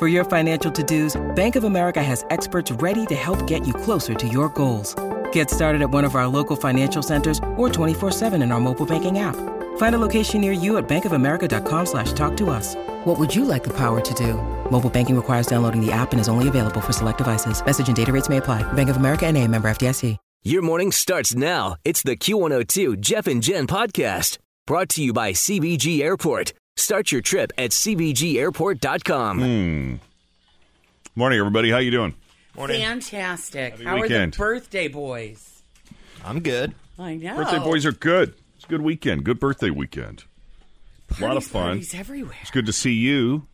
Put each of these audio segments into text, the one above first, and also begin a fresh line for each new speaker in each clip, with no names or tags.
For your financial to-dos, Bank of America has experts ready to help get you closer to your goals. Get started at one of our local financial centers or 24-7 in our mobile banking app. Find a location near you at bankofamerica.com slash talk to us. What would you like the power to do? Mobile banking requires downloading the app and is only available for select devices. Message and data rates may apply. Bank of America and a member FDIC.
Your morning starts now. It's the Q102 Jeff and Jen podcast brought to you by CBG Airport. Start your trip at CBGAirport.com.
Morning, everybody. How you doing?
Fantastic. How are
weekend.
the birthday boys?
I'm good.
I know.
Birthday boys are good. It's a good weekend. Good birthday weekend.
Parties,
lot of fun.
Parties everywhere.
It's good to see you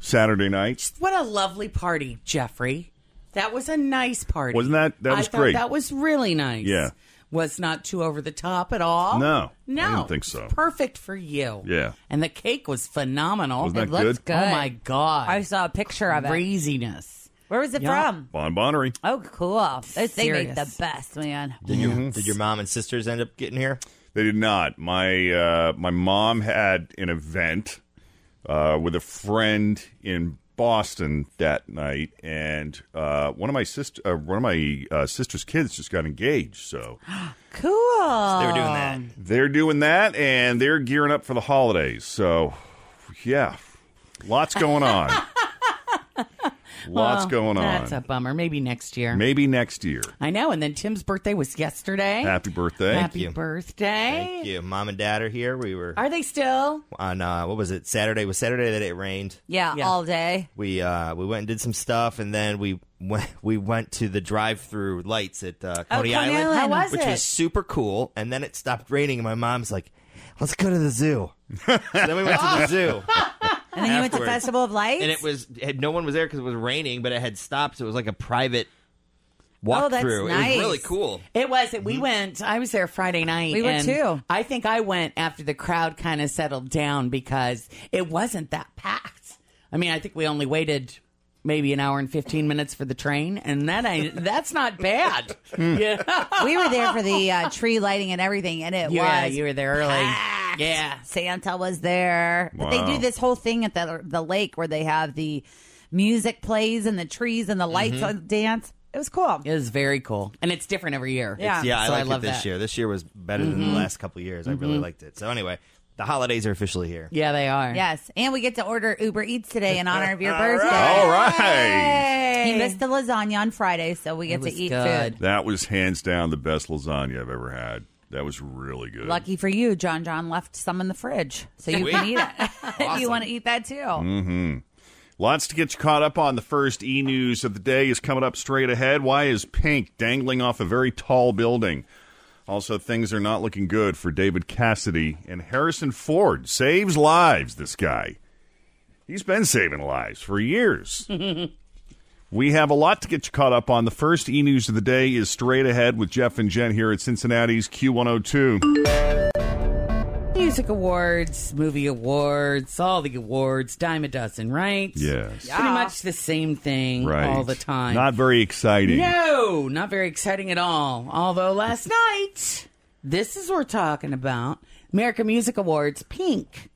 Saturday night.
What a lovely party, Jeffrey. That was a nice party.
Wasn't that- that
I
was
thought
great.
That was really nice.
Yeah.
Was not too over the top at all.
No,
No.
I didn't think
It's
so.
Perfect for you.
Yeah.
And the cake was phenomenal.
Wasn't that
It looked-
good? Good.
Oh my god.
I saw a picture of it.
craziness.
Where was it
Yeah.
from?
Bon Bonnery.
Oh, cool. Those- They make the
Serious. Mm-hmm.
best, man.
Did, your, did your mom and sisters end up getting here?
They did not. My uh, my mom had an event uh, with a friend in Boston that night, and uh, one of my sister uh, one of my uh, sister's kids just got engaged. So
Cool.
They were doing that.
they're doing that, and they're gearing up for the holidays. So yeah, lots going on. lots going on.
That's a bummer. Maybe next year.
Maybe next year.
I know. And then Tim's birthday was yesterday.
Happy birthday.
Happy
you.
birthday.
Thank you. Mom and dad are here. We were
Are they still?
on uh, what was it? Saturday was Saturday that it rained.
Yeah,
Yeah.
all day.
We uh, we went and did some stuff, and then we went we went to the drive-through lights at uh, Coney
Coney
Island,
Island.
How was
which
it?
was super cool. And then it stopped raining, and my mom's like, "Let's go to the zoo." So then we went to the zoo,
And then you went to
Afterwards.
Festival of Lights?
and it was had, no one was there because it was raining, but it had stopped. So it was like a private walkthrough.
Oh, that's
It
nice.
was really cool.
It was. We went. I was there Friday night.
We were
and
too.
I think I went after the crowd kind of settled down because it wasn't that packed. I mean, I think we only waited maybe an hour and fifteen minutes for the train, and that I, that's not bad. yeah,
we were there for the uh, tree lighting and everything, and it
yeah,
was.
you were there early.
packed.
Yeah.
Santa was there. But they
Wow.
do this whole thing at the, the lake where they have the music plays and the trees and the lights
Mm-hmm.
on dance. It was cool.
It was very cool, and it's different every year.
Yeah.
Yeah, I
So I
liked
love
it this
that. Mm-hmm.
year. This year was better than the last couple of years. I really liked it. So anyway, the holidays are officially here.
Yeah, they are.
Yes, and we get to order Uber Eats today in honor of your birthday.
All right.
He missed the lasagna on Friday, so we get to
was
eat
good.
food.
That was hands down the best lasagna I've ever had. That was really good.
Lucky for you, John John left some in the fridge, so you can eat it if you want to eat that too.
Mm-hmm.
Lots to get you caught up on. The first e news of the day is coming up straight ahead. Why is pink dangling off a very tall building? Also, things are not looking good for David Cassidy and Harrison Ford. Saves lives, this guy. He's been saving lives for years. we have a lot to get you caught up on. The first e news of the day is straight ahead with Jeff and Jen here at Cincinnati's Q102.
Music awards, movie awards, all the awards, dime a dozen, right?
Yes.
Pretty much the same thing
Right.
all the time.
Not very exciting.
No, not very exciting at all. Although last night, this is what we're talking about American Music Awards, Pink.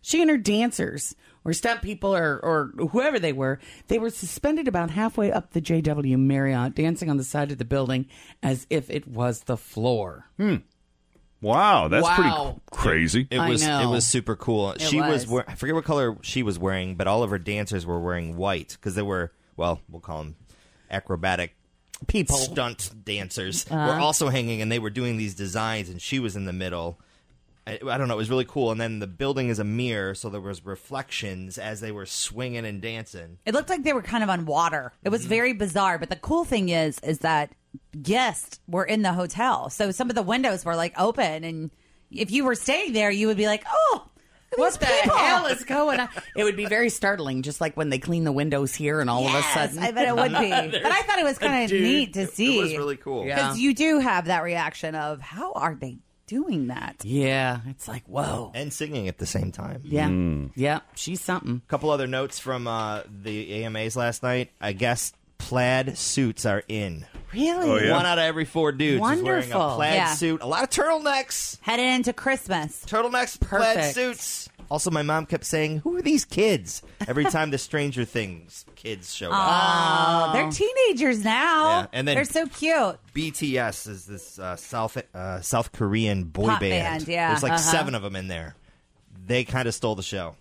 She and her dancers, or stunt people, or, or whoever they were, they were suspended about halfway up the JW Marriott, dancing on the side of the building as if it was the floor.
Wow, that's pretty
Wow.
c- crazy.
It
I
was
know.
it was super cool. she was,
was.
wear- I forget what color she was wearing, but all of her dancers were wearing white because they were well, we'll call them acrobatic
People.
stunt dancers
uh-huh.
were also hanging and they were doing these designs and she was in the middle. I, I don't know, it was really cool. And then the building is a mirror, so there was reflections as they were swinging and dancing.
It looked like they were kind of on water. It
Mm-hmm.
was very bizarre. But the cool thing is, is that guests were in the hotel, so some of the windows were like open, and if you were staying there, you would be like, "Oh,
What the
people.
hell is going on? It would be very startling, just like when they clean the windows here and all of
Yes,
a sudden.
I bet it would be. but I thought it was kind of
Dude,
neat to see.
It was really cool.
Yeah.
Because you do have that reaction of, how are they doing that?
yeah, it's like, whoa.
And singing at the same time.
Yeah. Yeah, she's something.
couple other notes from uh, the AMAs last night. I guess plaid suits are in.
Really?
Oh, yeah.
One out of every four dudes is wearing a
Wonderful.
plaid
Yeah.
suit. A lot of turtlenecks.
Headed into Christmas.
Turtlenecks, plaid
Perfect.
suits. Also, my mom kept saying, "Who are these kids?" Every time the Stranger Things kids show up.
Oh, they're teenagers now.
Yeah, and then-
they're so cute.
BTS is this uh, South uh, South Korean boy
Pop
band.
band, yeah.
There's like
Uh-huh.
seven of them in there. They kind of stole the show.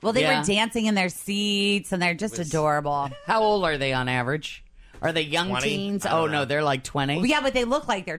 Well, they
Yeah.
were dancing in their seats, and they're just adorable.
How old are they on average? Are they young
20?
teens?
I don't
Oh,
know.
no, they're like 20.
Well, yeah, but they look like they're.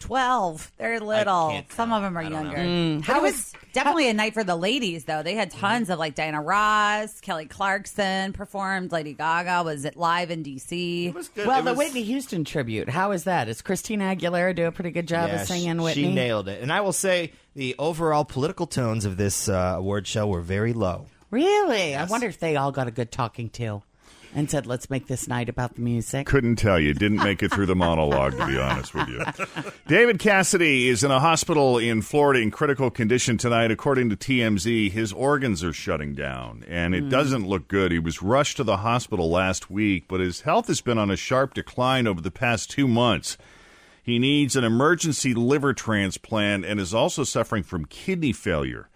12. They're little.
can't
Some of them are
I don't know.
younger.
Mm.
But it was definitely a night for the ladies, though. They had tons of like Diana Ross, Kelly Clarkson performed, Lady Gaga was it live in D.C.
It was good.
well,
It
the
was-
Whitney Houston tribute. How is that? Is Christina Aguilera do a pretty good job
Yeah,
of
she-
singing Whitney?
She nailed it. And I will say the overall political tones of this uh, award show were very low.
Really? I wonder if they all got a good talking to and said, let's make this night about the music.
Couldn't tell you. Didn't make it through the monologue, to be honest with you. David Cassidy is in a hospital in Florida in critical condition tonight. According to TMZ, his organs are shutting down, and it doesn't look good. He was rushed to the hospital last week, but his health has been on a sharp decline over the past two months. He needs an emergency liver transplant and is also suffering from kidney failure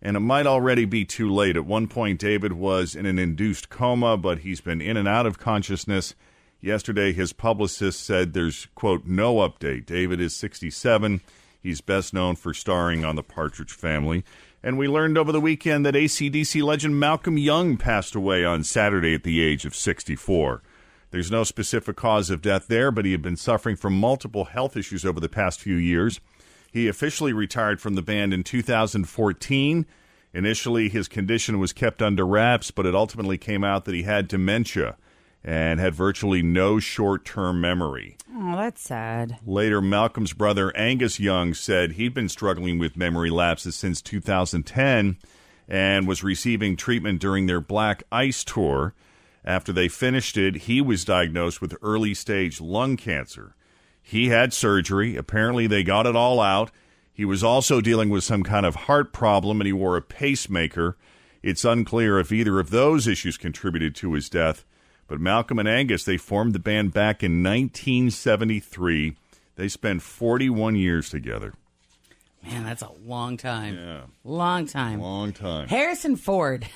and it might already be too late. At one point, David was in an induced coma, but he's been in and out of consciousness. Yesterday, his publicist said there's, quote, no update. David is 67. He's best known for starring on The Partridge Family. And we learned over the weekend that ACDC legend Malcolm Young passed away on Saturday at the age of 64. There's no specific cause of death there, but he had been suffering from multiple health issues over the past few years. He officially retired from the band in 2014. Initially, his condition was kept under wraps, but it ultimately came out that he had dementia and had virtually no short term memory.
Oh, that's sad.
Later, Malcolm's brother Angus Young said he'd been struggling with memory lapses since 2010 and was receiving treatment during their Black Ice tour. After they finished it, he was diagnosed with early stage lung cancer. He had surgery. Apparently, they got it all out. He was also dealing with some kind of heart problem and he wore a pacemaker. It's unclear if either of those issues contributed to his death, but Malcolm and Angus, they formed the band back in 1973. They spent 41 years together.
Man, that's a long time. Yeah. Long time.
Long time.
Harrison Ford.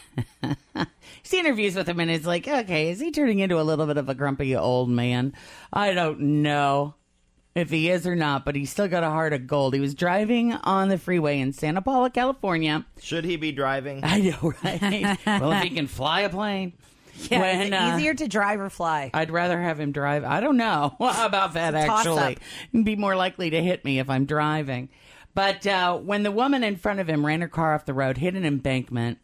See interviews with him, and it's like, okay, is he turning into a little bit of a grumpy old man? I don't know if he is or not, but he's still got a heart of gold. He was driving on the freeway in Santa Paula, California.
Should he be driving?
I know, right? well, if he can fly a plane,
Yeah, is
When,
it
uh,
easier to drive or fly?
I'd rather have him drive. I don't know about that
toss-up.
actually. He'd be more likely to hit me if I'm driving. But uh, when the woman in front of him ran her car off the road, hit an embankment,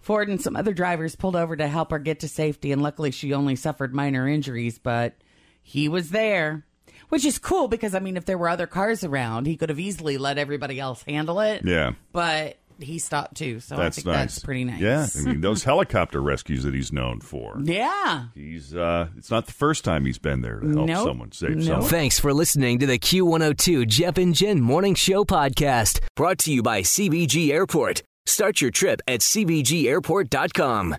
Ford and some other drivers pulled over to help her get to safety. And luckily, she only suffered minor injuries, but he was there, which is cool because, I mean, if there were other cars around, he could have easily let everybody else handle it.
Yeah.
But he stopped too. So I
That's
think
nice.
that's pretty nice.
Yeah. I mean, those helicopter rescues that he's known for.
Yeah.
He's uh it's not the first time he's been there to help
Nope.
someone save
Nope.
someone.
Thanks for listening to the Q102 Jeff and Jen Morning Show podcast brought to you by CBG Airport. Start your trip at CBGAirport.com.